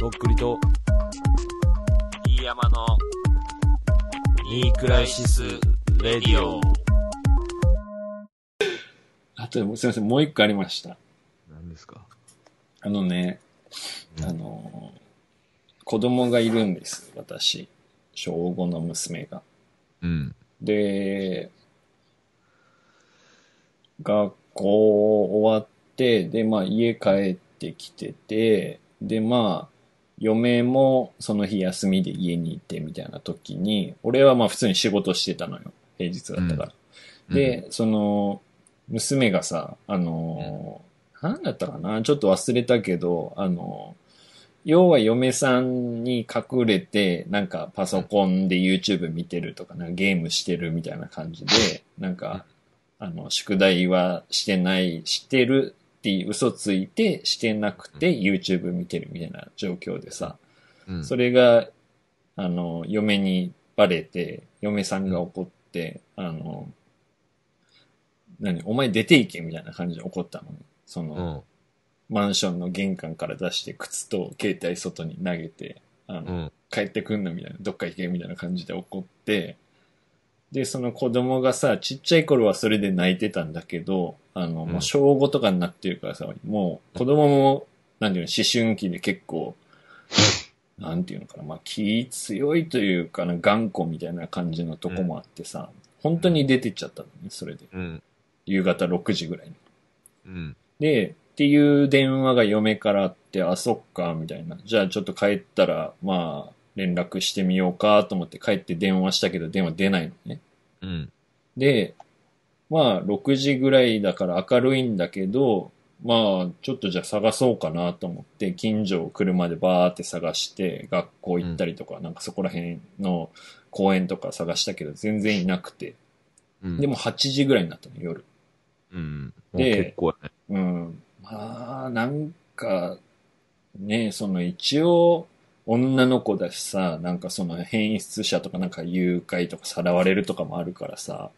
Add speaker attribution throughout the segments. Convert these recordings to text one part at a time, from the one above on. Speaker 1: とっくりと、
Speaker 2: 飯山の、
Speaker 1: ニークライシス・レディオ。
Speaker 3: あとでも、すいません、もう一個ありました。
Speaker 1: 何ですか
Speaker 3: あのね、あのー、子供がいるんです、私。小5の娘が。
Speaker 1: うん。
Speaker 3: で、学校終わって、で、まあ家帰ってきてて、で、まあ、嫁もその日休みで家に行ってみたいな時に、俺はまあ普通に仕事してたのよ。平日だったから。で、その、娘がさ、あのー、なんだったかなちょっと忘れたけど、あのー、要は嫁さんに隠れて、なんかパソコンで YouTube 見てるとか、なんかゲームしてるみたいな感じで、なんか、あの、宿題はしてない、してるっていう嘘ついて、してなくて YouTube 見てるみたいな状況でさ、
Speaker 1: うん、
Speaker 3: それが、あの、嫁にバレて、嫁さんが怒って、あの、何、お前出ていけみたいな感じで怒ったのね。その、
Speaker 1: うん。
Speaker 3: マンションの玄関から出して、靴と携帯外に投げて、あの、
Speaker 1: うん。
Speaker 3: 帰ってくんなみたいな、どっか行けみたいな感じで怒って、で、その子供がさ、ちっちゃい頃はそれで泣いてたんだけど、あの、
Speaker 1: うん
Speaker 3: もう小5とかになってるからさ、もう子供も、なんていうの、思春期で結構、なんていうのかな、まあ気強いというかな、頑固みたいな感じのとこもあってさ、本当に出てっちゃったのね、それで。
Speaker 1: うん。
Speaker 3: 夕方6時ぐらいに。
Speaker 1: うん。
Speaker 3: で、っていう電話が嫁からあって、あ、そっか、みたいな。じゃあちょっと帰ったら、まあ、連絡してみようかと思って帰って電話したけど、電話出ないのね。
Speaker 1: うん。
Speaker 3: で、まあ、6時ぐらいだから明るいんだけど、まあ、ちょっとじゃあ探そうかなと思って、近所を車でバーって探して、学校行ったりとか、なんかそこら辺の公園とか探したけど、全然いなくて。
Speaker 1: うん。
Speaker 3: でも、8時ぐらいになったの、夜。
Speaker 1: うん。もう
Speaker 3: で
Speaker 1: 結構やね。
Speaker 3: うん。まあ、なんか、ね、その一応、女の子だしさ、なんかその変質者とかなんか誘拐とかさらわれるとかもあるからさ、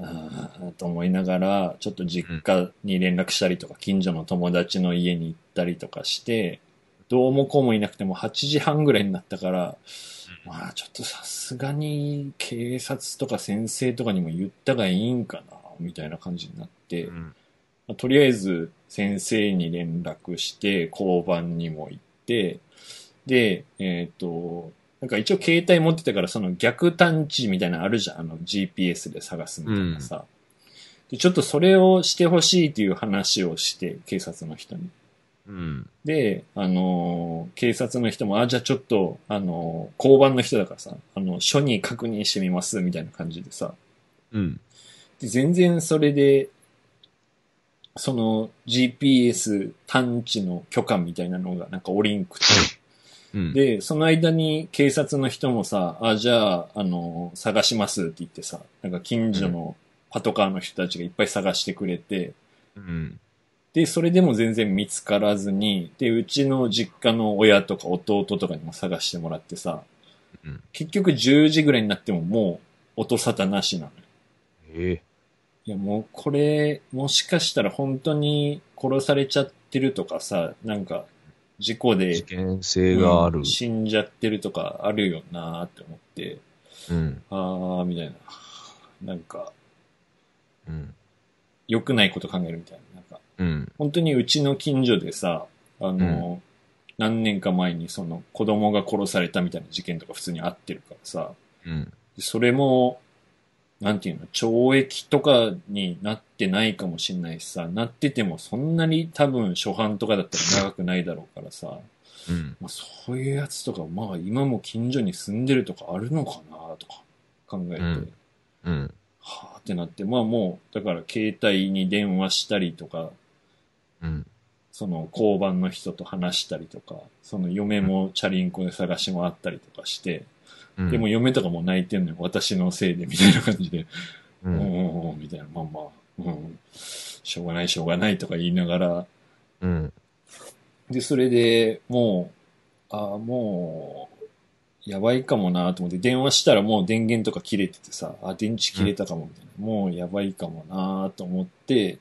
Speaker 3: あーと思いながら、ちょっと実家に連絡したりとか、近所の友達の家に行ったりとかして、どうもこうもいなくても8時半ぐらいになったから、まあちょっとさすがに警察とか先生とかにも言ったがいいんかな、みたいな感じになって、
Speaker 1: うん。うん。
Speaker 3: まあとりあえず先生に連絡して、交番にも行って、で、えっ、と、なんか一応携帯持ってたから、その逆探知みたいなのあるじゃん。あの GPS で探すみたいなさ。でちょっとそれをしてほしいという話をして、警察の人に。
Speaker 1: うん。
Speaker 3: で、あのー警察の人も、あ、じゃあちょっと、あのー交番の人だからさ、あの、署に確認してみます、みたいな感じでさ。
Speaker 1: うん。
Speaker 3: で全然それで、その GPS 探知の許可みたいなのがなんかおりんくて。
Speaker 1: うん。
Speaker 3: で、その間に警察の人もさ、あ、じゃあ、あの、探しますって言ってさ、なんか近所のパトカーの人たちがいっぱい探してくれて、
Speaker 1: うん。
Speaker 3: で、それでも全然見つからずに、で、うちの実家の親とか弟とかにも探してもらってさ、
Speaker 1: うん
Speaker 3: 結局10時ぐらいになってももう音沙汰なしなのよ
Speaker 1: ええ。
Speaker 3: いやもうこれ、もしかしたら本当に殺されちゃってるとかさ、なんか事故
Speaker 1: 事
Speaker 3: で、
Speaker 1: 件性があ
Speaker 3: う
Speaker 1: る
Speaker 3: ん。死んじゃってるとかあるよなーって思って、
Speaker 1: うん。
Speaker 3: あーみたいな。なんか
Speaker 1: うん。
Speaker 3: 良くないこと考えるみたいな。なんか
Speaker 1: うん。
Speaker 3: 本当にうちの近所でさ、あの、何年か前にその子供が殺されたみたいな事件とか普通にあってるからさ、
Speaker 1: うん。
Speaker 3: それも、なんていうの、懲役とかになってないかもしれないしさ、なっててもそんなに多分初犯とかだったら長くないだろうからさ、
Speaker 1: うん。
Speaker 3: まあ、そういうやつとか、まあ今も近所に住んでるとかあるのかなとか考えて、
Speaker 1: うんうん。
Speaker 3: はあってなって、まあもう、だから携帯に電話したりとか、
Speaker 1: うん。
Speaker 3: その交番の人と話したりとか、その嫁もチャリンコで探し回ったりとかして、
Speaker 1: うん。
Speaker 3: でも嫁とかも泣いてんのよ、私のせいでみたいな感じで、
Speaker 1: う
Speaker 3: うん
Speaker 1: ん。
Speaker 3: うんうんみたいな、まあまあ、うん、しょうがないしょうがないとか言いながら、
Speaker 1: うん。
Speaker 3: で、それでもう、ああ、もう、やばいかもなと思って、電話したらもう電源とか切れててさ、あ、電池切れたかもみたいな、もうやばいかもなと思って、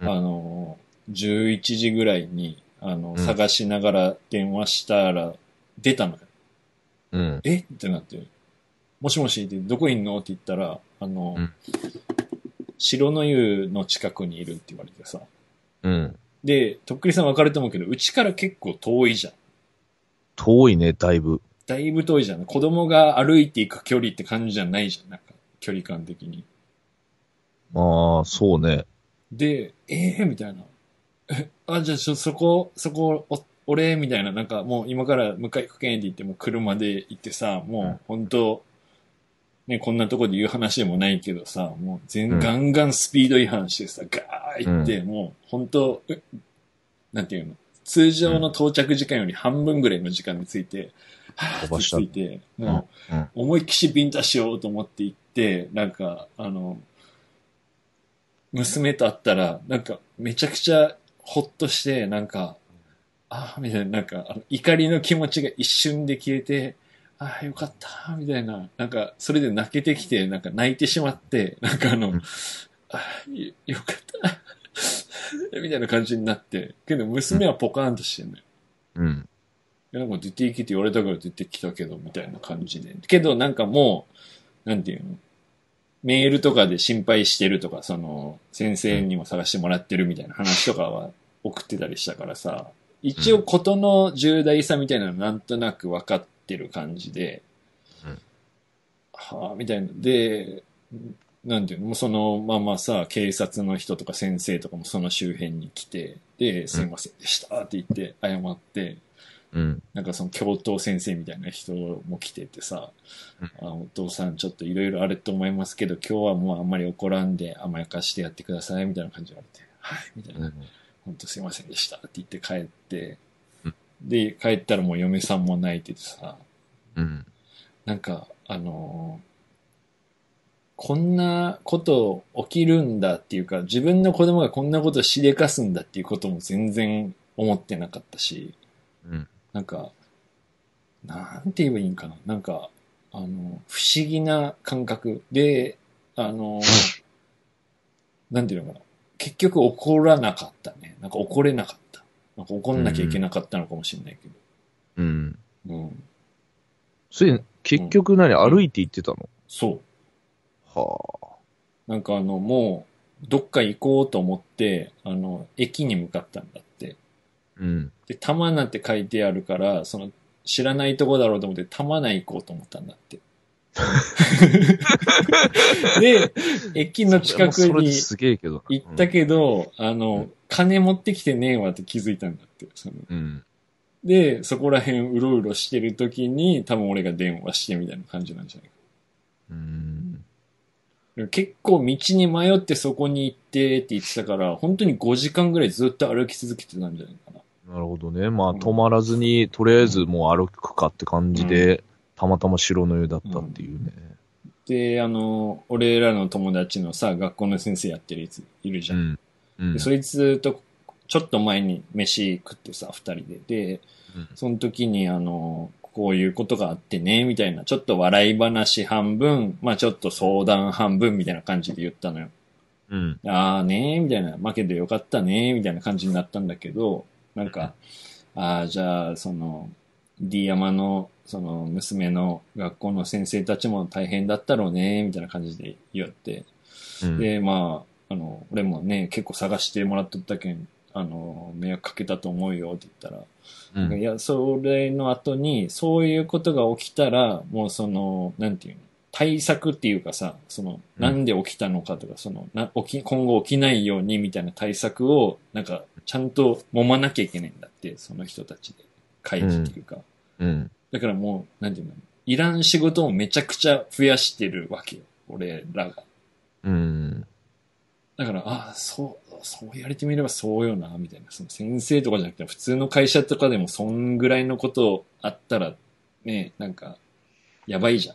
Speaker 1: うん
Speaker 3: あの、11時ぐらいに、あの、
Speaker 1: ん
Speaker 3: 探しながら電話したら、出たのよ。
Speaker 1: うん。
Speaker 3: えってなって、もしもしって、どこいんのって言ったら、あの、
Speaker 1: うん
Speaker 3: 城の湯の近くにいるって言われてさ。
Speaker 1: うん。
Speaker 3: で、とっくりさん分かると思うけど、うちから結構遠いじゃん。
Speaker 1: 遠いね、だいぶ。
Speaker 3: だいぶ遠いじゃん。子供が歩いていく距離って感じじゃないじゃん。なんか、距離感的に。
Speaker 1: ああ、そうね。
Speaker 3: で、ええー、みたいな。え、あ、じゃあちょ、そこ、そこ、お、俺、みたいな、なんかもう今から迎え行くけんって言って、もう車で行ってさ、
Speaker 1: う
Speaker 3: も
Speaker 1: ん
Speaker 3: う本当、ね、こんなとこで言う話でもないけどさ、もう全、
Speaker 1: うん
Speaker 3: ガンガンスピード違反してさ、ガーッ行って、もう本当、えなんていうの、通常の到着時間より半分ぐらいの時間について、は
Speaker 1: 飛ばした
Speaker 3: ぁ、ってついて、もう、
Speaker 1: うんうん
Speaker 3: 思いっきしビンタしようと思って行って、なんか、あの、娘と会ったら、なんか、めちゃくちゃほっとして、なんか、ああ、みたいな、なんか、あの怒りの気持ちが一瞬で消えて、ああ、よかった、みたいな、なんか、それで泣けてきて、なんか泣いてしまって、なんかあの、
Speaker 1: うん
Speaker 3: ああ、よよかった、 みたいな感じになって、けど娘はポカーンとしてんのよ。
Speaker 1: うん。
Speaker 3: いやなんか出て行けって言われたから出てきたけど、みたいな感じで。けどなんかもう、なんていうのメールとかで心配してるとか、その、先生にも探してもらってるみたいな話とかは送ってたりしたからさ、一応事の重大さみたいなのなんとなく分かってる感じで、
Speaker 1: うん
Speaker 3: はあ、みたいな。で、なんていうのもうそのままさ、警察の人とか先生とかもその周辺に来て、で、すいませんでしたって言って謝って、
Speaker 1: うん。
Speaker 3: なんかその教頭先生みたいな人も来ててさ、あお父さんちょっといろいろあると思いますけど、今日はもうあんまり怒らんで甘やかしてやってくださいみたいな感じで言われて、はい、みたいな、ほんとすいませんでしたって言って帰って
Speaker 1: うん、
Speaker 3: で、帰ったらもう嫁さんも泣いててさ、
Speaker 1: うん。
Speaker 3: なんか、あのーこんなこと起きるんだっていうか、自分の子供がこんなことしでかすんだっていうことも全然思ってなかったし、
Speaker 1: うん。
Speaker 3: なんか、なんて言えばいいんかな。なんか、あの、不思議な感覚で、あの、なんていうのかな。結局怒らなかったね。なんか怒れなかった。なんか怒んなきゃいけなかったのかもしれないけ
Speaker 1: うん。
Speaker 3: ど。うん。
Speaker 1: それ、結局何、歩いて行ってたの
Speaker 3: そ
Speaker 1: はあ。
Speaker 3: う。なんかあの、もう、どっか行こうと思って、あの、駅に向かったんだって。
Speaker 1: うん。
Speaker 3: で、玉名って書いてあるから、その、知らないとこだろうと思って、玉名行こうと思ったん だって。で、駅の近く
Speaker 1: それ
Speaker 3: に
Speaker 1: すげえけど。
Speaker 3: 行ったけど、あの、金持ってきてねえわって気づいたんだって。その
Speaker 1: うん。
Speaker 3: で、そこら辺うろうろしてる時に、多分俺が電話してみたいな感じなんじゃないか
Speaker 1: うん。
Speaker 3: でも結構道に迷ってそこに行ってって言ってたから、本当に5時間ぐらいずっと歩き続けてたんじゃないかな。
Speaker 1: なるほどね。まあ、
Speaker 3: うん
Speaker 1: 止まらずに、とりあえずもう歩くかって感じで、たまたま城の湯だったっていうね。
Speaker 3: で、あの、俺らの友達のさ、学校の先生やってるやついるじ
Speaker 1: う
Speaker 3: ゃん。
Speaker 1: ん。うん
Speaker 3: でそいつと、ちょっと前に飯食ってさ、二人で。で、
Speaker 1: うん
Speaker 3: その時に、あの、こういうことがあってね、みたいな、ちょっと笑い話半分、まあちょっと相談半分みたいな感じで言ったのよ。
Speaker 1: うん。
Speaker 3: あーねー、みたいな、負けてよかったねー、みたいな感じになったんだけど、なんか、あーじゃあ、その、D 山の、その、娘の学校の先生たちも大変だったろうねー、みたいな感じで言って、
Speaker 1: うん
Speaker 3: で、まあ、あの、俺もね、結構探してもらっとったけん、あの、迷惑かけたと思うよって言ったら、
Speaker 1: う
Speaker 3: い
Speaker 1: ん。
Speaker 3: や、それの後に、そういうことが起きたら、もうその、なんていうの、対策っていうかさ、その、
Speaker 1: うん
Speaker 3: なんで起きたのかとか、その、な起き、今後起きないようにみたいな対策を、なんか、ちゃんと揉まなきゃいけないんだって、その人たちで。会議っていうか。
Speaker 1: うん。
Speaker 3: だからもう、なんていうの、いらん仕事をめちゃくちゃ増やしてるわけよ。俺らが。
Speaker 1: うん。
Speaker 3: だから、ああ、そう、そう言われてみればそうよな、みたいな。その先生とかじゃなくて、普通の会社とかでもそんぐらいのことあったら、ね、なんか、やばいじゃ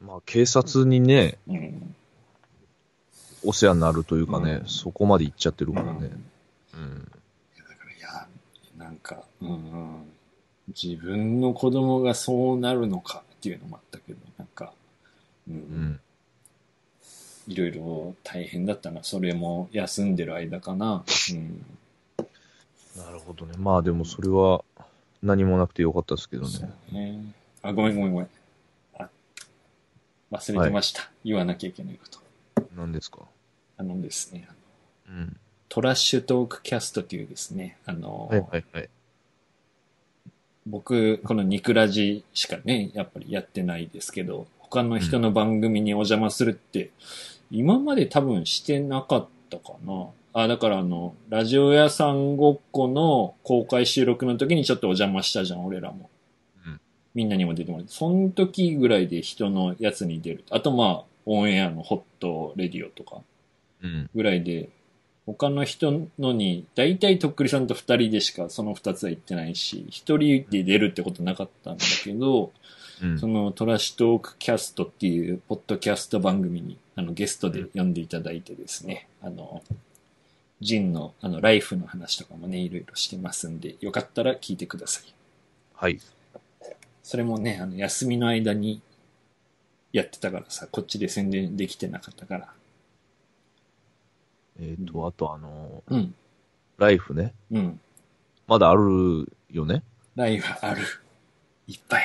Speaker 1: まあ、警察にね、
Speaker 3: ん。うん。
Speaker 1: お世話になるというかね、
Speaker 3: うん
Speaker 1: そこまで行っちゃってるから
Speaker 3: うん
Speaker 1: ね。うん。
Speaker 3: だから、いや、なんか、うん、自分の子供がそうなるのかっていうのもあったけど、なんか、うん、
Speaker 1: うん。
Speaker 3: いろいろ大変だったな。それも休んでる間かな。うん。
Speaker 1: なるほどね。まあでもそれは何もなくてよかったですけど
Speaker 3: そう
Speaker 1: ね。
Speaker 3: ね。あ、ごめんごめんごめん。あ、忘れてました。言わなきゃいけないこと。
Speaker 1: 何ですか
Speaker 3: あのですね、
Speaker 1: うん。
Speaker 3: トラッシュトークキャストというですね、あの、
Speaker 1: はいはいはい。
Speaker 3: 僕、このニクラジしかね、やっぱりやってないですけど、他の人の番組にお邪魔するって、今まで多分してなかったかな。あ、だからあの、ラジオ屋さんごっこの公開収録の時にちょっとお邪魔したじゃん、俺らも。
Speaker 1: うん
Speaker 3: みんなにも出てもらって。その時ぐらいで人のやつに出る。あとまあ、オンエアのホットレディオとか。
Speaker 1: うん。
Speaker 3: ぐらいで、他の人のに、だいたいとっくりさんと二人でしかその二つは行ってないし、一人で出るってことなかったんだけど、
Speaker 1: うん
Speaker 3: そ。のトラッシュトークキャストっていうポッドキャスト番組に、あの、ゲストで呼んでいただいてですね、あの、ジンの、あの、ライフの話とかもね、いろいろしてますんで、よかったら聞いてください。
Speaker 1: はい。
Speaker 3: それもね、あの、休みの間にやってたからさ、こっちで宣伝できてなかったから。
Speaker 1: えっ、と、あとあの
Speaker 3: うん、
Speaker 1: ライフね。
Speaker 3: うん。
Speaker 1: まだあるよね。
Speaker 3: ライブある。いっぱい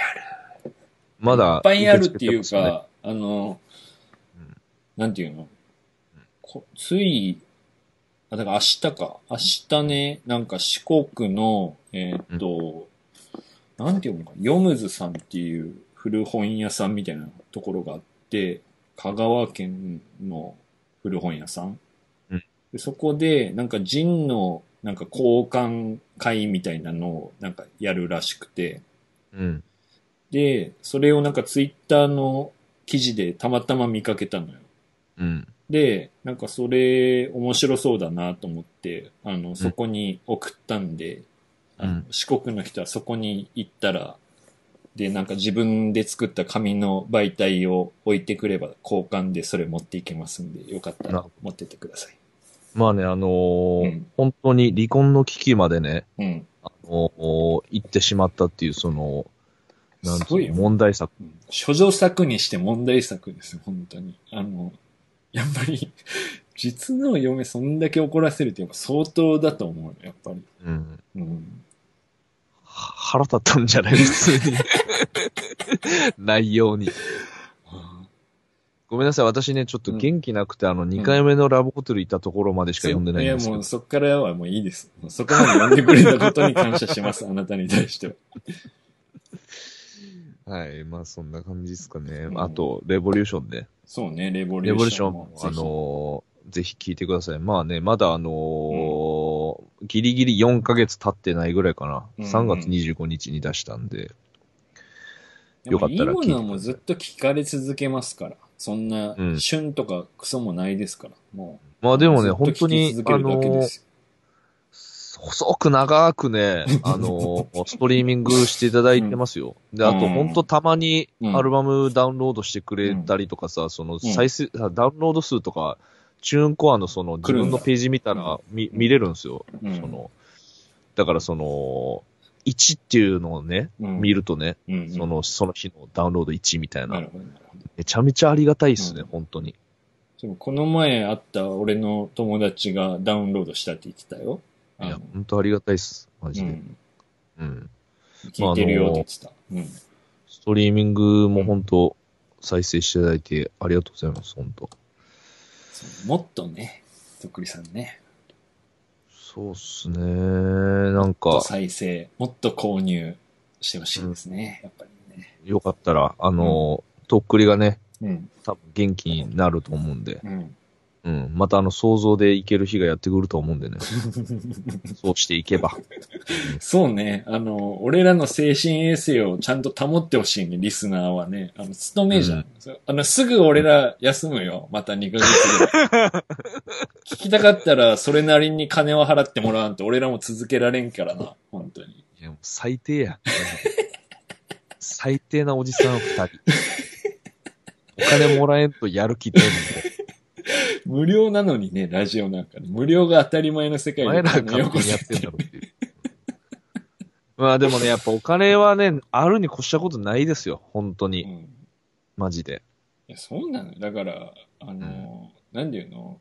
Speaker 3: ある。
Speaker 1: まだ。
Speaker 3: いっぱいあるっていうか、
Speaker 1: ね
Speaker 3: あの、
Speaker 1: うん
Speaker 3: なんていうの、こつい、あ、だから明日か。明日ね、なんか四国の、えーっと、なんていうのか、ヨムズさんっていう古本屋さんみたいなところがあって、香川県の古本屋さん。
Speaker 1: うん
Speaker 3: でそこで、なんかジンの、なんか交換会みたいなのを、なんかやるらしくて、
Speaker 1: うん。
Speaker 3: で、それをなんかツイッターの記事でたまたま見かけたのよ。
Speaker 1: うん。
Speaker 3: で、なんかそれ面白そうだなと思って、あの、そこに送ったんで、
Speaker 1: うん
Speaker 3: あの四国の人はそこに行ったら、で、なんか自分で作った紙の媒体を置いてくれば交換でそれ持っていけますんで、よかった
Speaker 1: なる
Speaker 3: ら
Speaker 1: ほ
Speaker 3: 持ってってください。
Speaker 1: まあね、あのー
Speaker 3: うん
Speaker 1: 本当に離婚の危機までね、
Speaker 3: うん。
Speaker 1: あのー行ってしまったっていう、その、なん
Speaker 3: すご
Speaker 1: てい
Speaker 3: い
Speaker 1: う
Speaker 3: よ
Speaker 1: の問題作。
Speaker 3: うん諸女作にして問題作ですよ、本当に。あの、やっぱり、 実の嫁そんだけ怒らせるってやっぱ相当だと思うよ、やっぱり。
Speaker 1: うん。
Speaker 3: うん。
Speaker 1: は腹立ったんじゃない普 通に。内容に。ごめんなさい、私ね、ちょっと元気なくて、あの、2回目のラブホテル行ったところまでしか読んでないんですけ
Speaker 3: や、も
Speaker 1: ど
Speaker 3: う。そっからはもういいです。もうそこまで読んでくれたことに感謝します、 あなたに対しては。
Speaker 1: はい、まあそんな感じですかね
Speaker 3: う。ん
Speaker 1: あと、レボリューションね。
Speaker 3: そうね、レボリ
Speaker 1: レ
Speaker 3: ュ
Speaker 1: ボリュ
Speaker 3: ー
Speaker 1: ー
Speaker 3: シ
Speaker 1: シ
Speaker 3: ョ
Speaker 1: ョ
Speaker 3: ン
Speaker 1: ン
Speaker 3: も
Speaker 1: も。、
Speaker 3: ぜ
Speaker 1: あ
Speaker 3: ひ
Speaker 1: のーぜひ聞いてください。まあね、まだあのーギリギリ4ヶ月経ってないぐらいかな。
Speaker 3: うん
Speaker 1: 3月25日に出したんで。
Speaker 3: でも
Speaker 1: よかったら聞いて
Speaker 3: いいものはもうずっと聞かれ続けますから。そんな
Speaker 1: う、ん
Speaker 3: 旬とかクソもないですから。もう。
Speaker 1: まあでもね、
Speaker 3: ずっと
Speaker 1: 本当
Speaker 3: 聞き
Speaker 1: に
Speaker 3: 続、け
Speaker 1: あ
Speaker 3: るだ
Speaker 1: の
Speaker 3: けで
Speaker 1: ー
Speaker 3: す
Speaker 1: 細く長くね、あ のーストリーミングしていただいてますよ。で、あ
Speaker 3: う
Speaker 1: と、
Speaker 3: ん
Speaker 1: 本当たまに
Speaker 3: うん
Speaker 1: アルバムダウンロードしてくれたりとかさ、その再生、あダウンロード数とか、チューンコアのその自分のページ見たら見見れるんですよ。
Speaker 3: うん
Speaker 1: その、だからその、1っていうのをね、
Speaker 3: うん
Speaker 1: 見るとね、
Speaker 3: うんうん
Speaker 1: その、その日のダウンロード1みたい
Speaker 3: な
Speaker 1: な
Speaker 3: る。ほど、なるほど。
Speaker 1: めちゃめちゃありがたいっすね、
Speaker 3: うん
Speaker 1: 本当に。
Speaker 3: でもこの前会った俺の友達がダウンロードしたって言ってたよ。
Speaker 1: い
Speaker 3: あ
Speaker 1: や
Speaker 3: の、
Speaker 1: 本当ありがたいっす、マ
Speaker 3: う
Speaker 1: ジで。
Speaker 3: ん。
Speaker 1: うん。
Speaker 3: 聞いてるよって言ってた。うん。
Speaker 1: ストリーミングも本当、再生していただいてありがとうございます、本当。
Speaker 3: そうもっとね、とっくりさんね、
Speaker 1: そうっすね、なん
Speaker 3: もっと
Speaker 1: か、
Speaker 3: 再生、もっと購入してほしいですね。やっぱりね。
Speaker 1: よかったら、あの、とっくりがね、
Speaker 3: うん。
Speaker 1: 多分元気になると思うんで、
Speaker 3: うん。
Speaker 1: うん。またあの、想像でいける日がやってくると思うん でね。そうしていけば。
Speaker 3: そうね。あの、俺らの精神衛生をちゃんと保ってほしいね、リスナーはね。あの、勤めじゃん。
Speaker 1: うん
Speaker 3: そうあの、すぐ俺ら休むよ。また2ヶ月ぐらい。 聞きたかったら、それなりに金を払ってもらわんと、俺らも続けられんからな。本当に。
Speaker 1: いや、もう最低 や。最低なおじさん二人。お金もらえんとやる気出る
Speaker 3: 無料なのにね、ラジオなんかね。無料が当たり前の世
Speaker 1: ん
Speaker 3: 界
Speaker 1: だ。前らが
Speaker 3: あの
Speaker 1: 勝
Speaker 3: よこ
Speaker 1: 手に
Speaker 3: せ
Speaker 1: やってんだろっていう。まあでもね、やっぱお金はね、あるに越したことないですよ。本当
Speaker 3: う
Speaker 1: に。
Speaker 3: ん
Speaker 1: マジで。
Speaker 3: いや、そうなのよだから、あの、なんていうの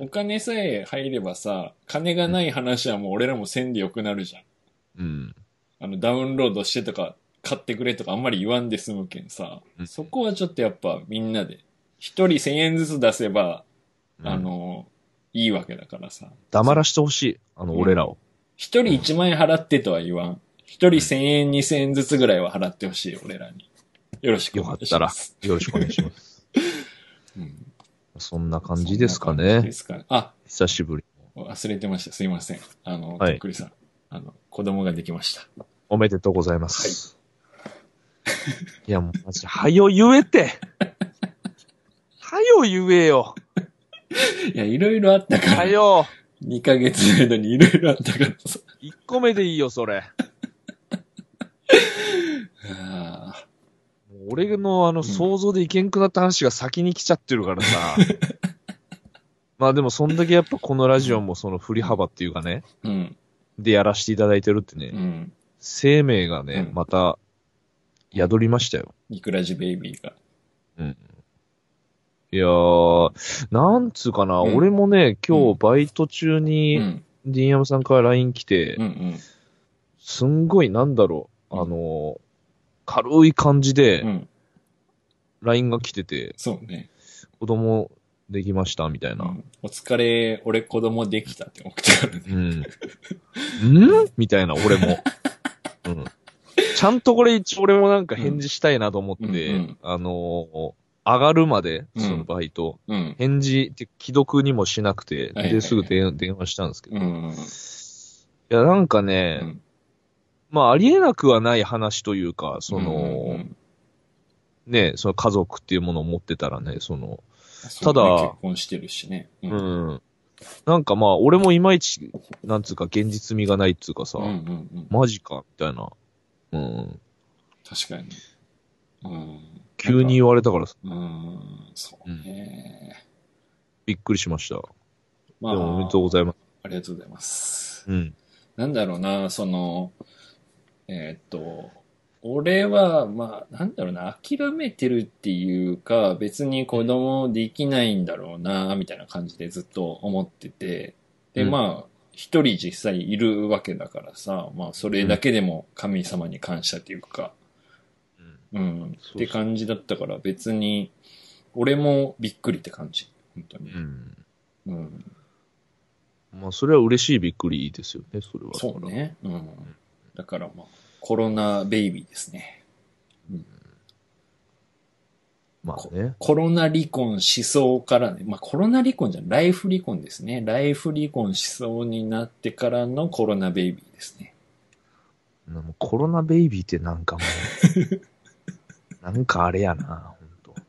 Speaker 1: うん
Speaker 3: お金さえ入ればさ、金がない話はもう俺らもせんでよくなるじゃん。
Speaker 1: うん。
Speaker 3: あの、ダウンロードしてとか、買ってくれとかあんまり言わんで済むけんさ
Speaker 1: う、ん
Speaker 3: そこはちょっとやっぱみんなで、一人千円ずつ出せば、
Speaker 1: うん
Speaker 3: あ、の、いいわけだからさ。
Speaker 1: 黙らしてほしい。あの、
Speaker 3: うん
Speaker 1: 俺らを。
Speaker 3: 一人一万円払ってとは言わん。一人千円、二千円ずつぐらいは払ってほしい、俺らに。よろしくお
Speaker 1: よ
Speaker 3: 願
Speaker 1: かっ
Speaker 3: いした
Speaker 1: ら
Speaker 3: ま、す。
Speaker 1: よろしくお願いし ます。
Speaker 3: うん
Speaker 1: そんな感じですか
Speaker 3: そんな感じ
Speaker 1: ね
Speaker 3: で。すかあ、
Speaker 1: 久しぶり。
Speaker 3: 忘れてました。すいません。あの、
Speaker 1: はい
Speaker 3: とっくりさん。あの、子供ができました。
Speaker 1: おめでとうございます。い、や、もうマジ、はよ言えて。 はよ言えよ。
Speaker 3: いや、いろいろあったか
Speaker 1: は
Speaker 3: ら。
Speaker 1: よ。
Speaker 3: 2ヶ月の間にいろいろあったからさ。
Speaker 1: 1個目でいいよ、それ。
Speaker 3: あ
Speaker 1: もう俺のあの、
Speaker 3: ん
Speaker 1: 想像でいけんくなった話が先に来ちゃってるから さ。まあでも、そんだけやっぱこのラジオもその振り幅っていうかね、
Speaker 3: ーうん。
Speaker 1: でやらせていただいてるってね、
Speaker 3: うん。
Speaker 1: 生命がね、
Speaker 3: うん
Speaker 1: また、宿りましたよ。
Speaker 3: ニクラジベイビーが。
Speaker 1: いやー、なんつうかな、
Speaker 3: うん
Speaker 1: 俺もね、
Speaker 3: う
Speaker 1: 今
Speaker 3: ん
Speaker 1: 日バイト中
Speaker 3: う
Speaker 1: に、
Speaker 3: ん。
Speaker 1: ディーンヤムさんから LINE 来て、
Speaker 3: うんうん。
Speaker 1: すんごい、なんだろう、
Speaker 3: うん
Speaker 1: あの、軽い感じ
Speaker 3: う
Speaker 1: で、
Speaker 3: ん。
Speaker 1: LINE が来てて、
Speaker 3: そうね。
Speaker 1: 子供できました、みたいな。
Speaker 3: うんお疲れ、俺子供できたって送ってくるね。
Speaker 1: うん。うんみたいな、俺も。うん。ちゃんとこれ一応俺もなんか返事したいなと思って、
Speaker 3: うんうん
Speaker 1: あのー上がるまで、
Speaker 3: うん
Speaker 1: そのバイト、
Speaker 3: うん。
Speaker 1: 返事って既読にもしなくて、
Speaker 3: はいはいはい
Speaker 1: で、すぐ電電話したんですけど、
Speaker 3: う
Speaker 1: い
Speaker 3: ん。
Speaker 1: や、なんかね、
Speaker 3: うん
Speaker 1: まあ、ありえなくはない話というか、その、
Speaker 3: うん、
Speaker 1: ね、その家族っていうものを持ってたらね、その、
Speaker 3: そうね
Speaker 1: ただ
Speaker 3: 結婚してるしね。う。
Speaker 1: うんん。なんかまあ、俺もいまいち、なんつうか、現実味がないっつうかさ、
Speaker 3: うんうんうん。
Speaker 1: マジか、みたいな。うん。
Speaker 3: 確かに。うん。
Speaker 1: 急に言われたから、
Speaker 3: うん。そうね。
Speaker 1: びっくりしました。で
Speaker 3: ま
Speaker 1: も、おめでとうございます。
Speaker 3: ありがとうございます。
Speaker 1: うん。
Speaker 3: なんだろうな、その、えーっと、俺は、まあ、なんだろうな、諦めてるっていうか、別に子供できないんだろうな、みたいな感じでずっと思ってて、で、
Speaker 1: うん
Speaker 3: まあ、一人実際いるわけだからさ、まあ、それだけでも神様に感謝っていうか、
Speaker 1: うん
Speaker 3: うん、
Speaker 1: そう
Speaker 3: っ
Speaker 1: そう
Speaker 3: て感じだったから、別に、俺もびっくりって感じ、本当に
Speaker 1: う。ん。
Speaker 3: うん
Speaker 1: まあ、それは嬉しいびっくりですよね、それは。
Speaker 3: そう。ね。うん。だからまあ、コロナベイビーですね。
Speaker 1: まあね。
Speaker 3: コロナ離婚思想からね、まあコロナ離婚じゃん、ライフ離婚ですね。ライフ離婚思想になってからのコロナベイビーですね。
Speaker 1: もうコロナベイビーってなんかも う、なんかあれやな、ほんと。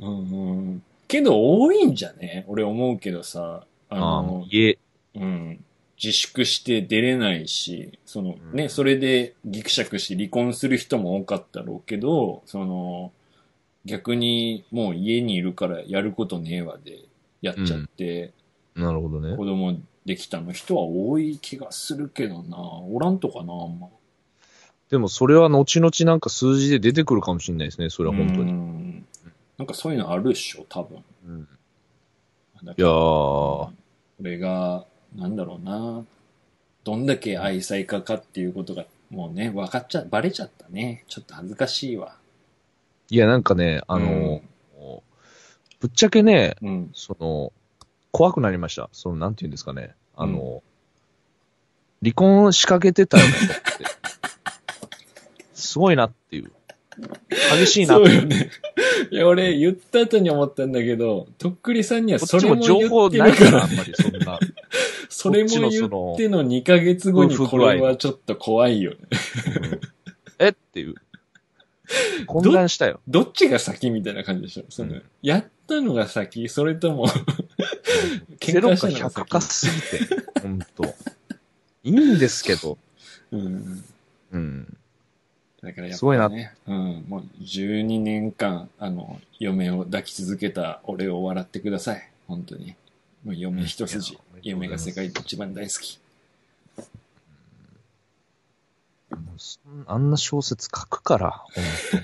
Speaker 3: うん、うん。けど多いんじゃね俺思うけどさ、あ
Speaker 1: ああ、もう
Speaker 3: の、
Speaker 1: 家、
Speaker 3: うん。自粛して出れないし、その
Speaker 1: うん
Speaker 3: ね、それでギクシャクして離婚する人も多かったろうけど、その、逆にもう家にいるからやることねえわで、やっちゃって、
Speaker 1: なるほどね。
Speaker 3: 子供できたの人は多い気がするけどな。おらんとかな、あんま。
Speaker 1: でも、それは後々なんか数字で出てくるかもしれないですね、それは本当に。
Speaker 3: に。なんかそういうのあるっしょ、多分。
Speaker 1: うん
Speaker 3: だ
Speaker 1: いやー、
Speaker 3: 俺が、なんだろうな。どんだけ愛妻家かっていうことが、もうね、分かっちゃ、バレちゃったね。ちょっと恥ずかしいわ。
Speaker 1: いや、なんかね、あの、ぶっちゃけね、
Speaker 3: うん、うん。
Speaker 1: その、怖くなりました。その、なんて言うんですかね。あの、離婚仕掛けてたよね って。すごいなっていう。激しいな
Speaker 3: そ
Speaker 1: っ
Speaker 3: う
Speaker 1: て。
Speaker 3: よね。いや、俺言った後に思ったんだけど、とっくりさんには
Speaker 1: こ
Speaker 3: そ
Speaker 1: っち
Speaker 3: れ
Speaker 1: も
Speaker 3: も
Speaker 1: 情報
Speaker 3: 言
Speaker 1: な
Speaker 3: っ
Speaker 1: い
Speaker 3: てる
Speaker 1: か、
Speaker 3: から
Speaker 1: あ
Speaker 3: ら、
Speaker 1: んまりそんな。
Speaker 3: それも言っての2ヶ月後に
Speaker 1: 夫婦
Speaker 3: こ
Speaker 1: 具合
Speaker 3: れはちょっと怖いよね。
Speaker 1: うんえっていう。混乱したよ。
Speaker 3: どっちが先みたいな感じでしょその、
Speaker 1: うん
Speaker 3: やったのが先それとも
Speaker 1: ゼ
Speaker 3: 喧
Speaker 1: ロ
Speaker 3: 嘩し
Speaker 1: か
Speaker 3: た
Speaker 1: 100
Speaker 3: のが先
Speaker 1: かすぎて。ほんと。いいんですけど。
Speaker 3: うん。
Speaker 1: うん。
Speaker 3: だからやっぱ、ね、
Speaker 1: すごいな
Speaker 3: うん。もう12年間、あの、嫁を抱き続けた俺を笑ってください。本当に。もう嫁一
Speaker 1: い
Speaker 3: 筋
Speaker 1: や。
Speaker 3: 嫁が世界で一番大好き。
Speaker 1: もうそんあんな小説書くから、本当に。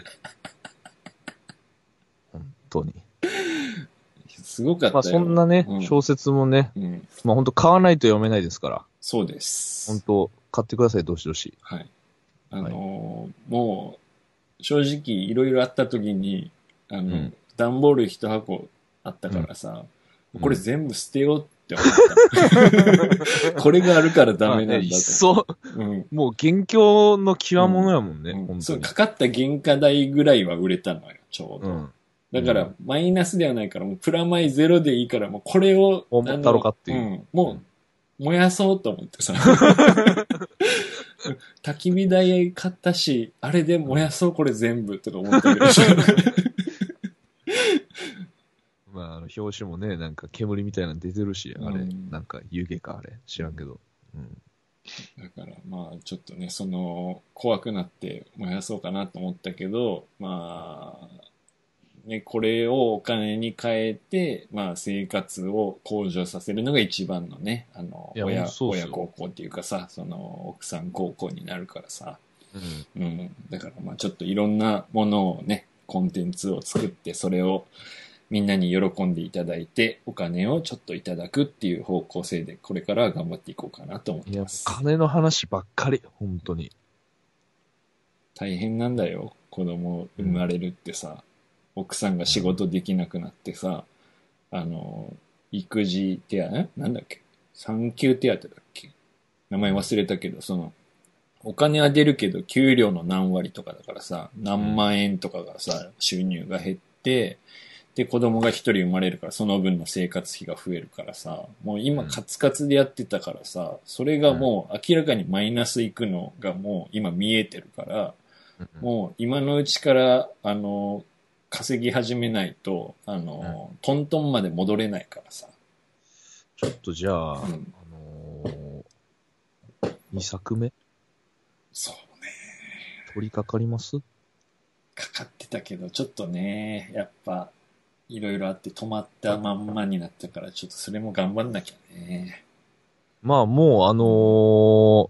Speaker 1: 本当に。
Speaker 3: すごかったよ。
Speaker 1: まあそんなね、
Speaker 3: うん
Speaker 1: 小説もね、
Speaker 3: うん。
Speaker 1: まあ本当買わないと読めないですから、
Speaker 3: そうです。
Speaker 1: 本当買ってください、どしどし。
Speaker 3: はい。あのーもう、正直いろいろあった時に、あの、
Speaker 1: うん
Speaker 3: 段ボール一箱あったからさ、
Speaker 1: うん
Speaker 3: これ全部捨てようって 思った。これがあるからダ
Speaker 1: ま
Speaker 3: メ
Speaker 1: あ
Speaker 3: な
Speaker 1: ね
Speaker 3: ん
Speaker 1: い
Speaker 3: だ
Speaker 1: っ
Speaker 3: と。
Speaker 1: そ、
Speaker 3: うん
Speaker 1: もう元凶の極物やもんね、
Speaker 3: うん
Speaker 1: 本
Speaker 3: そ
Speaker 1: 当
Speaker 3: う、
Speaker 1: に。
Speaker 3: かかった原価代ぐらいは売れたのよ、ちょう
Speaker 1: う
Speaker 3: ど。
Speaker 1: ん。
Speaker 3: だか
Speaker 1: う
Speaker 3: ら、マイナスではないから、もうプラマイゼロでいいから、もうこれを、
Speaker 1: 思った
Speaker 3: あの
Speaker 1: ろかっていう
Speaker 3: うん、もう、燃やそうと思っ てさ。焚き火台買ったし、あれで燃やそう、これ全部、とか思ったけどさ。
Speaker 1: まあ、あの表紙もね、なんか煙みたいなの出てるし、あれ、
Speaker 3: うん
Speaker 1: なんか湯気か、あれ、知らんけど。うん。
Speaker 3: だから、まあ、ちょっとね、その、怖くなって燃やそうかなと思ったけど、まあ、ね、これをお金に変えて、まあ、生活を向上させるのが一番のね、あの、
Speaker 1: いや
Speaker 3: 親
Speaker 1: ほんと、そうっすよ
Speaker 3: 親孝行っていうかさ、その、奥さん孝行になるからさ、
Speaker 1: うん
Speaker 3: うん。だから、まあ、ちょっといろんなものをね、コンテンツを作って、それをみんなに喜んでいただいて、お金をちょっといただくっていう方向性で、これからは頑張っていこうかなと思っ
Speaker 1: い
Speaker 3: て
Speaker 1: や、
Speaker 3: ま
Speaker 1: もう
Speaker 3: す。
Speaker 1: 金の話ばっかり、本当に。
Speaker 3: 大変なんだよ子供生まれるってさ、奥さんが仕事できなくなってさあの育児手当えなんだっけ産休手当だっけ名前忘れたけどそのお金は出るけど給料の何割とかだからさ何万円とかがさ収入が減ってで子供が一人生まれるからその分の生活費が増えるからさもう今
Speaker 1: うん
Speaker 3: カツカツでやってたからさそれがもう明らかにマイナスいくのがもう今見えてるから、
Speaker 1: うん
Speaker 3: もう今のうちから、あの、稼ぎ始めないと、あの、トントンまで戻れないからさ。
Speaker 1: ちょっとじゃあ、あ
Speaker 3: うん
Speaker 1: のー、2作目
Speaker 3: そうね。
Speaker 1: 取り掛かります
Speaker 3: かかってたけど、ちょっとね、やっぱ、いろいろあって止まったまんまになったから、ちょっとそれも頑張んなきゃね。
Speaker 1: まあもうあのー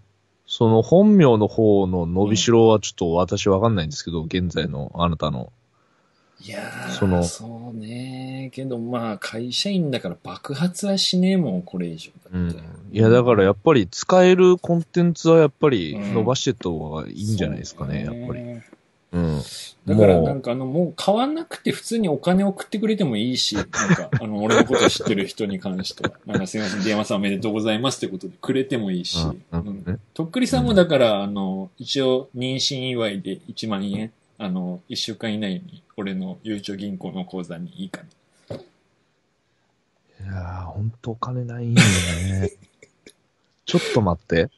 Speaker 1: その本名の方の伸びしろはちょっと私わかんないんですけど、現在のあなたの。
Speaker 3: いやー、
Speaker 1: その
Speaker 3: そうね。けどまあ、会社員だから爆発はしねえもん、これ以上
Speaker 1: う
Speaker 3: だって。
Speaker 1: ん。いやだからやっぱり使えるコンテンツはやっぱり
Speaker 3: うん
Speaker 1: 伸ばしてった方がいいんじゃないですかね、やっぱり。
Speaker 3: り。
Speaker 1: うん。
Speaker 3: だから
Speaker 1: もう
Speaker 3: なんかあの、もう買わなくて普通にお金送ってくれてもいいし、なんか、あの、俺のこと知ってる人に関しては、なんかすいません、デ山さんおめでとうございますってことでくれてもいいし、
Speaker 1: う
Speaker 3: うん
Speaker 1: ん。ね
Speaker 3: とっくりさんもだから、あの、一応妊娠祝いで1万円、あの、1週間以内に俺のゆうちょ銀行の口座にいいかな。
Speaker 1: いやー、ほんとお金ないんだよね。ちょっと待って。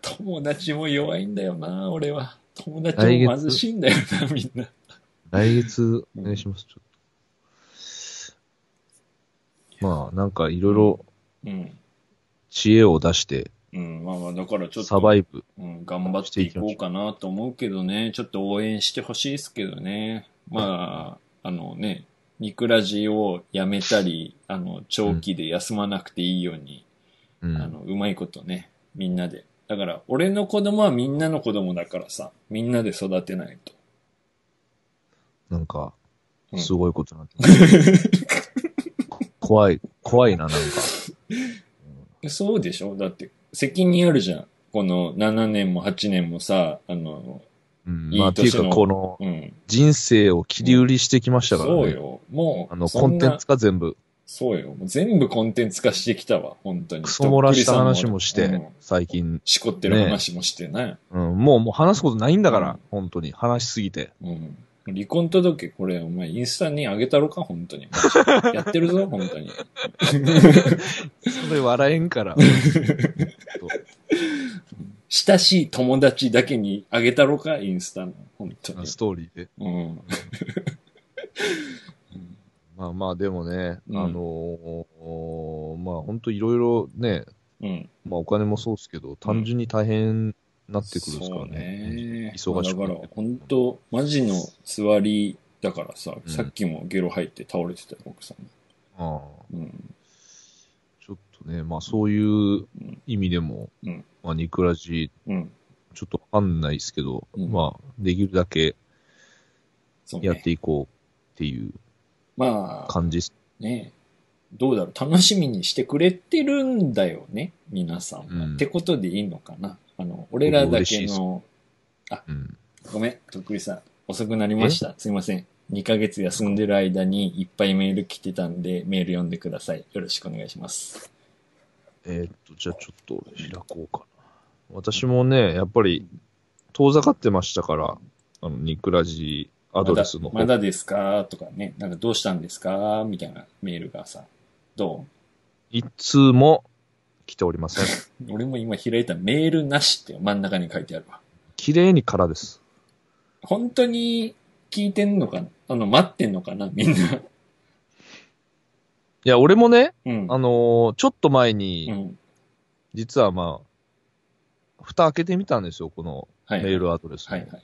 Speaker 3: 友達も弱いんだよな、俺は。友達も貧しいんだよな、みんな。
Speaker 1: 来月お願いします、ちょっと。まあなんかいろいろ
Speaker 3: うん。
Speaker 1: 知恵を出して
Speaker 3: うん、まあまあ、だからちょっと。
Speaker 1: サバイブ。
Speaker 3: うん、頑張っていこうかなと思うけどね、ちょっと応援してほしいですけどね。まあ、あのね、ニクラジをやめたり、あの、長期で休まなくていいように、
Speaker 1: う
Speaker 3: あ
Speaker 1: ん。
Speaker 3: の、うまいことね、みんなで。だから、俺の子供はみんなの子供だからさ、みんなで育てないと。
Speaker 1: なんか
Speaker 3: う、ん
Speaker 1: すごいことになってます。 怖い、怖いな、なんか。
Speaker 3: そうでしょだって、責任あるじゃん。この7年も8年もさ、あの、
Speaker 1: うん。
Speaker 3: いい
Speaker 1: まあ、っていう
Speaker 3: 年
Speaker 1: か、
Speaker 3: の
Speaker 1: この
Speaker 3: うん。
Speaker 1: 人生を切り売りしてきましたから
Speaker 3: そう
Speaker 1: ね。
Speaker 3: よ。もう、
Speaker 1: あの、
Speaker 3: そ
Speaker 1: コ
Speaker 3: ん
Speaker 1: ン
Speaker 3: な
Speaker 1: テンツ化全部。
Speaker 3: そうよ。もう全部コンテンツ化してきたわ、本当に。
Speaker 1: クソ漏らした話もし
Speaker 3: うん
Speaker 1: て、最近。
Speaker 3: しこってる話もしてね。
Speaker 1: うん。もう、もう話すことないんだか
Speaker 3: う
Speaker 1: ら
Speaker 3: ん、
Speaker 1: 本当に。話しすぎ て。
Speaker 3: うん。離婚届これ、お前インスタに上げたろか、本当に。 やってるぞ、本当に。
Speaker 1: それ笑えん から。
Speaker 3: 親しい友達だけに上げたろか、インスタの。本当に
Speaker 1: ス。トーリーで。
Speaker 3: うん。
Speaker 1: まあまあ、でもね、
Speaker 3: うん
Speaker 1: あのーまあ、本当いろいろね、
Speaker 3: うん。
Speaker 1: まあ、お金もそうですけど、単純に大変になってくるんですから
Speaker 3: そう
Speaker 1: ね。
Speaker 3: ね
Speaker 1: 忙しくなっ
Speaker 3: だ
Speaker 1: て
Speaker 3: から、本当マジの座りだからさ、
Speaker 1: うん
Speaker 3: さっきもゲロ入って倒れてたよ、奥さ
Speaker 1: ああ
Speaker 3: ん。うん。
Speaker 1: ちょっとね、まあそういう意味でも、
Speaker 3: うん
Speaker 1: まあニクラジ、
Speaker 3: うん。
Speaker 1: ちょっとわかんないですけど、
Speaker 3: うん
Speaker 1: まあできるだけ
Speaker 3: そうね。
Speaker 1: やっていこうっていう
Speaker 3: まあ、
Speaker 1: 感じっす。
Speaker 3: ねどうだろう、楽しみにしてくれてるんだよね、皆さんは。
Speaker 1: うん
Speaker 3: ってことでいいのかなあの、俺らだけの、
Speaker 1: うん。
Speaker 3: ごめん、とっくりさん、遅くなりました。すいません。2ヶ月休んでる間にいっぱいメール来てたんで、メール読んでください。よろしくお願いします。
Speaker 1: えーっと、じゃあちょっと開こうかな。私もね、やっぱり遠ざかってましたから、あの、ニクラジアドレスの方
Speaker 3: まだまだですかとかね、なんかどうしたんですかみたいなメールがさ、ど
Speaker 1: いつも来ておりません。
Speaker 3: う俺も今開いたメールなしって真ん中に書いてあるわ。
Speaker 1: 綺麗に空です。
Speaker 3: 本当に聞いてんのかなあの、待ってんのかなみんな。
Speaker 1: いや、俺もね、
Speaker 3: うん。
Speaker 1: あのーちょっと前
Speaker 3: う
Speaker 1: に、
Speaker 3: ん。
Speaker 1: 実はまあ、蓋開けてみたんですよ、この
Speaker 3: は
Speaker 1: メ
Speaker 3: い。
Speaker 1: ールアドレス。
Speaker 3: はいはい。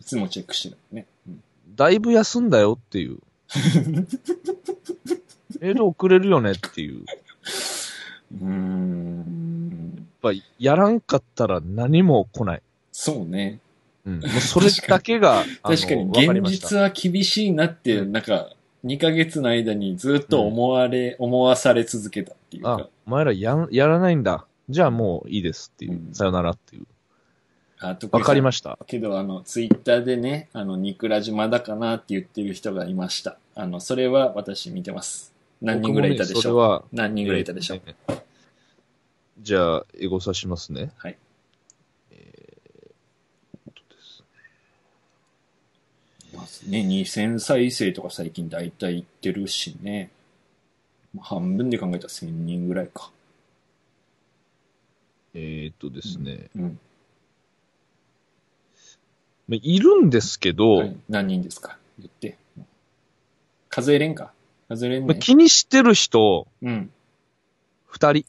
Speaker 3: いつもチェックしてるね。うん
Speaker 1: だいぶ休んだよって いう。メール送れるよねっていう。やっ
Speaker 3: うーん。
Speaker 1: ぱ、やらんかったら何も来ない。
Speaker 3: そうね。
Speaker 1: うん。もうそれだけが、あの
Speaker 3: 確かに
Speaker 1: わかり
Speaker 3: 現
Speaker 1: ました
Speaker 3: 実は厳しいなって、なんか、2ヶ月の間にずっと思われ、思わされ続けたっていう
Speaker 1: あ
Speaker 3: か、、
Speaker 1: お前らやんやらないんだ。じゃあもういいですっていう。
Speaker 3: うん
Speaker 1: さよならっていう。
Speaker 3: あと
Speaker 1: わかりま
Speaker 3: し
Speaker 1: した。
Speaker 3: た。けど、あの、ツイッターでね、あの、ニクラジマだかなって言ってる人がいました。あの、それは私見てます。何人ぐらいいた
Speaker 1: 僕
Speaker 3: で
Speaker 1: もね
Speaker 3: し
Speaker 1: そ
Speaker 3: ょ
Speaker 1: れ
Speaker 3: う、
Speaker 1: は、
Speaker 3: 何人ぐらいいたでしょう、
Speaker 1: えーねじゃあ、エゴさしますね。
Speaker 3: はい。
Speaker 1: えーっとです
Speaker 3: ね、2000再生とか最近大体いってるしね。まあ半分で考えたら1000人ぐらいか。
Speaker 1: えーっとですね。
Speaker 3: うん。
Speaker 1: まあいるんですけど、
Speaker 3: はい何人ですか言って。数えれんか数えれん
Speaker 1: まあ
Speaker 3: ね。
Speaker 1: 気にしてる人、
Speaker 3: うん。
Speaker 1: 二 人。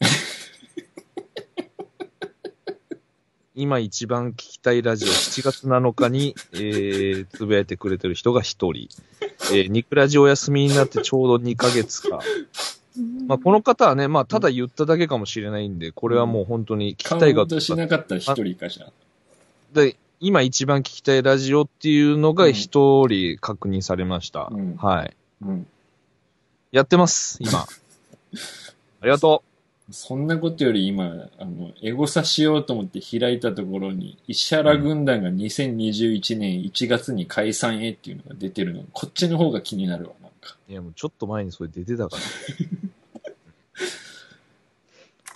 Speaker 1: 今一番聞きたいラジオ7月7日に、えー、つぶやいてくれてる人が一人。えー、ニクラジお休みになってちょうど2ヶ月か。まあ、この方はね、まあ、ただ言っただけかもしれないんで、これはもう本当に聞き
Speaker 3: カ
Speaker 1: たいが
Speaker 3: ウントしなかったら一人かじゃあ
Speaker 1: で、今一番聞きたいラジオっていうのが一人確認されました。
Speaker 3: うん
Speaker 1: はい。
Speaker 3: うん。
Speaker 1: やってます、 今。ありがと
Speaker 3: そんなことより今、あの、エゴサしようと思って開いたところに、石原軍団が2021年1月に解散へっていうのが出てるの、こっちの方が気になるわ、なんか。
Speaker 1: う。いや、もうちょっと前にそれ出てた か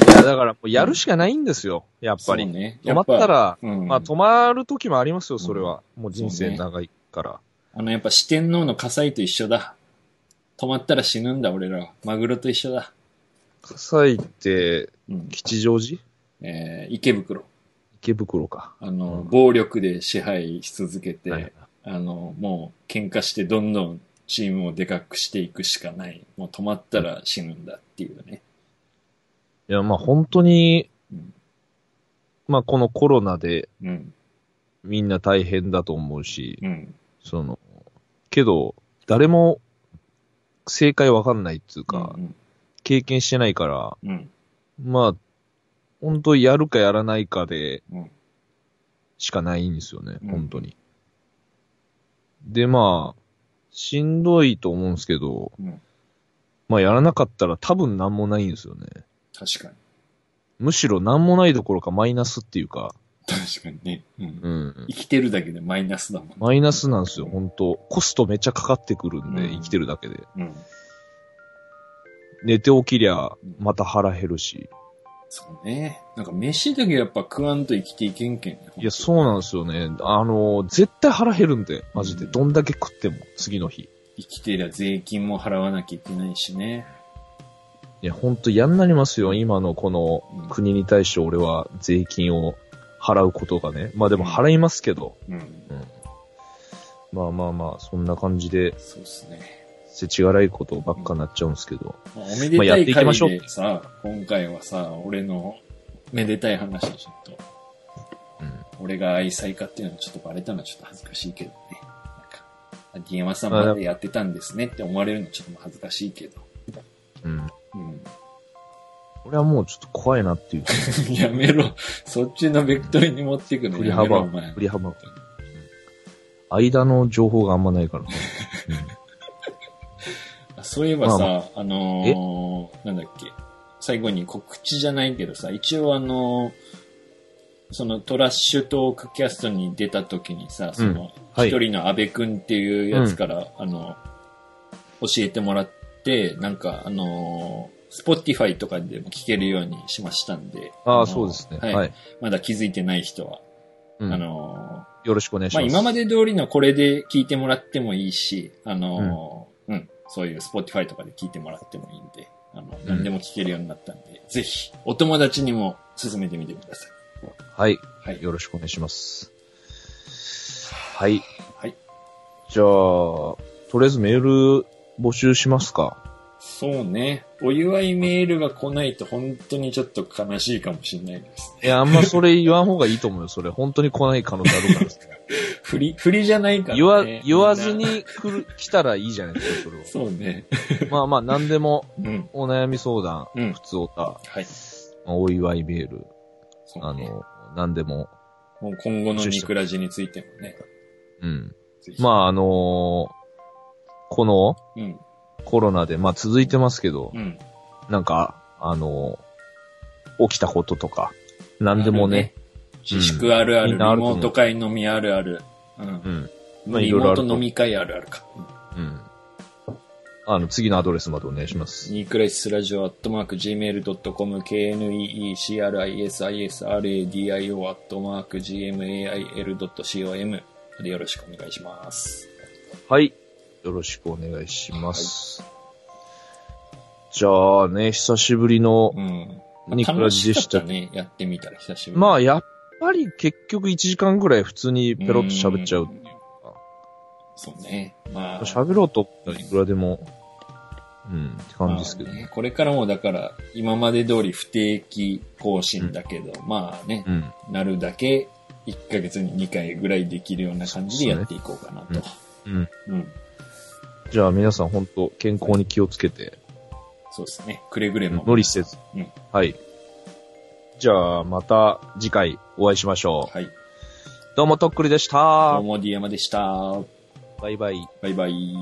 Speaker 1: ら。いや、だからもうやるしかないんですよ、やっぱり。
Speaker 3: そうね。
Speaker 1: 止まった
Speaker 3: やっ
Speaker 1: ら、
Speaker 3: ぱ、うん。
Speaker 1: まあ止まる時もありますよ、それは。もう人生長いから。
Speaker 3: あの、やっぱ四天王の火災と一緒だ。止まったら死ぬんだ、俺らは。マグロと一緒だ。
Speaker 1: 葛西って、
Speaker 3: うん。
Speaker 1: 吉祥寺
Speaker 3: えー、池袋。
Speaker 1: 池袋か。
Speaker 3: あの、
Speaker 1: うん
Speaker 3: 暴力で支配し続けて、
Speaker 1: はい
Speaker 3: あの、もう喧嘩してどんどんチームをでかくしていくしかない。もう止まったら死ぬんだっていうね。
Speaker 1: いや、まあ本当に
Speaker 3: うん、
Speaker 1: まあこのコロナで
Speaker 3: うん、
Speaker 1: みんな大変だと思うし、
Speaker 3: うん、
Speaker 1: その、けど、誰も正解わかんないっつうか、
Speaker 3: うん、
Speaker 1: 経験してないから、
Speaker 3: うん、
Speaker 1: まあ、本当やるかやらないかで
Speaker 3: うん、
Speaker 1: しかないんですよね、
Speaker 3: うん
Speaker 1: 本当に。で、まあ、しんどいと思うんですけど、
Speaker 3: うん
Speaker 1: まあやらなかったら多分なんもないんですよね。
Speaker 3: 確かに。
Speaker 1: むしろなんもないどころかマイナスっていうか、
Speaker 3: 確かにね。うん。
Speaker 1: うん
Speaker 3: 生。きてるだけでマイナスだもん。
Speaker 1: マイナスなんですよ、本当コストめっちゃかかってくるんで、
Speaker 3: うん
Speaker 1: 生きてるだけで。
Speaker 3: うん。
Speaker 1: 寝て起きりゃ、また腹減るし。
Speaker 3: そうね。なんか飯だけやっぱ食わんと生きていけんけんね。
Speaker 1: いや、そうなんですよね。あの、絶対腹減るんで、マジで。
Speaker 3: うん
Speaker 1: どんだけ食っても、次の日。
Speaker 3: 生きてりゃ税金も払わなきゃいけないしね。
Speaker 1: いや、ほんと嫌になりますよ。今のこ
Speaker 3: うん
Speaker 1: の国に対して俺は税金を払うことがね。まあでも払いますけど。
Speaker 3: うん。
Speaker 1: まあまあまあ、そんな感じで、
Speaker 3: そうですね。
Speaker 1: 世知辛いことばっかなっちゃうんですけど。
Speaker 3: まあ、おめで
Speaker 1: まあや
Speaker 3: た
Speaker 1: っ
Speaker 3: い
Speaker 1: ていきましょう
Speaker 3: 会でさ、今回はさ、俺のめでたい話をちょっと。
Speaker 1: うん。
Speaker 3: 俺が愛妻家っていうのはちょっとバレたのはちょっと恥ずかしいけどね。なんか、あディエマさんまでやってたんですねって思われるのはちょっと恥ずかしいけど。
Speaker 1: うん。
Speaker 3: うん。
Speaker 1: 俺はもうちょっと怖いなっていう。
Speaker 3: やめろ。そっちのベクトルに持っていくの
Speaker 1: 振り
Speaker 3: やめろ、
Speaker 1: 幅
Speaker 3: お前。
Speaker 1: 振り幅。うん間の情報があんまないからね。
Speaker 3: あそういえばさ、
Speaker 1: まあ
Speaker 3: あのーなんだっけ、最後に告知じゃないけどさ、一応あのーそのトラッシュトークキャストに出た時にさ、その、一、
Speaker 1: はい
Speaker 3: 人の安部くんっていうやつから、あの、教えてもらって、なんかあのー、スポティファイとかでも聞けるようにしましたんで。
Speaker 1: あ
Speaker 3: の
Speaker 1: あ、
Speaker 3: ー
Speaker 1: そうですね。
Speaker 3: はい。
Speaker 1: はい。
Speaker 3: まだ気づいてない人は、
Speaker 1: うん
Speaker 3: あのー、
Speaker 1: よろしくお願いし
Speaker 3: まあ
Speaker 1: ます。
Speaker 3: 今まで通りのこれで聞いてもらってもいいし、あのー、うん、そういう Spotify とかで聞いてもらってもいいんで、あの、何でも聞けるようになったんで、ぜひ、お友達にも勧めてみてください。
Speaker 1: はい。
Speaker 3: はい。
Speaker 1: よろしくお願いします。はい。
Speaker 3: はい。
Speaker 1: じゃあ、とりあえずメール募集しますか。
Speaker 3: そうね。お祝いメールが来ないと本当にちょっと悲しいかもしれないですね。
Speaker 1: いや、あんまそれ言わん方がいいと思うよ。それ、本当に来ない可能性あるからですね、
Speaker 3: 振り、振りじゃない からね。
Speaker 1: 言わ、言わず
Speaker 3: みんな。
Speaker 1: に来る、来たらいいじゃないですか、それは。
Speaker 3: そうね。
Speaker 1: まあまあ、何でも、
Speaker 3: うん。
Speaker 1: お悩み相談、
Speaker 3: うん
Speaker 1: 普通おた、
Speaker 3: はい。
Speaker 1: お祝いメール、
Speaker 3: そ
Speaker 1: あ
Speaker 3: うね。
Speaker 1: の、何でも、
Speaker 3: もう今後のニクラジについてもね。
Speaker 1: うん。
Speaker 3: ぜひ
Speaker 1: まあ、あのーこの
Speaker 3: うん。
Speaker 1: コロナで、まあ続いてますけど
Speaker 3: う、ん。
Speaker 1: なんか、あのー起きたこととか、何でもね、
Speaker 3: 自粛あるある、
Speaker 1: み
Speaker 3: リ
Speaker 1: んなあると思う
Speaker 3: モート会飲みあるある、うん
Speaker 1: うん、まあ
Speaker 3: リ
Speaker 1: いろいろ
Speaker 3: モ
Speaker 1: ある
Speaker 3: ー
Speaker 1: と
Speaker 3: ト飲み会あるあるか。
Speaker 1: うん。あの、次のアドレスまでお願いします。
Speaker 3: ニークライスラジオアットマーク Gmail.com KNEECRISISRADIO アットマーク GMAIL.com までよろしくお願いします。
Speaker 1: はい。よろしくお願いします。じゃあね、久しぶりの
Speaker 3: う、ん。
Speaker 1: ニクラジでした
Speaker 3: 楽かったね。やってみたら久しぶり。
Speaker 1: ま
Speaker 3: あ、
Speaker 1: あ、やっぱり結局1時間ぐらい普通にペロッと喋っちゃう。。
Speaker 3: そうね。まあ。
Speaker 1: 喋ろうと思ったらいくらでも、うん、って感じですけど
Speaker 3: まあね
Speaker 1: ね。
Speaker 3: これからもだから、今まで通り不定期更新だけど、まあね、
Speaker 1: うん。
Speaker 3: なるだけ1ヶ月に2回ぐらいできるような感じでやっていこうかなと。
Speaker 1: うん。
Speaker 3: うん。
Speaker 1: じゃあ皆さん本当健康に気をつけて、
Speaker 3: そうですね。くれぐれも。
Speaker 1: 無理せず
Speaker 3: うん。
Speaker 1: はい。じゃあ、また次回お会いしましょ
Speaker 3: はい。
Speaker 1: う。どうもとっくりでし
Speaker 3: ど
Speaker 1: た
Speaker 3: う。も、ディアマでした。
Speaker 1: バイバイ。
Speaker 3: バイバイ。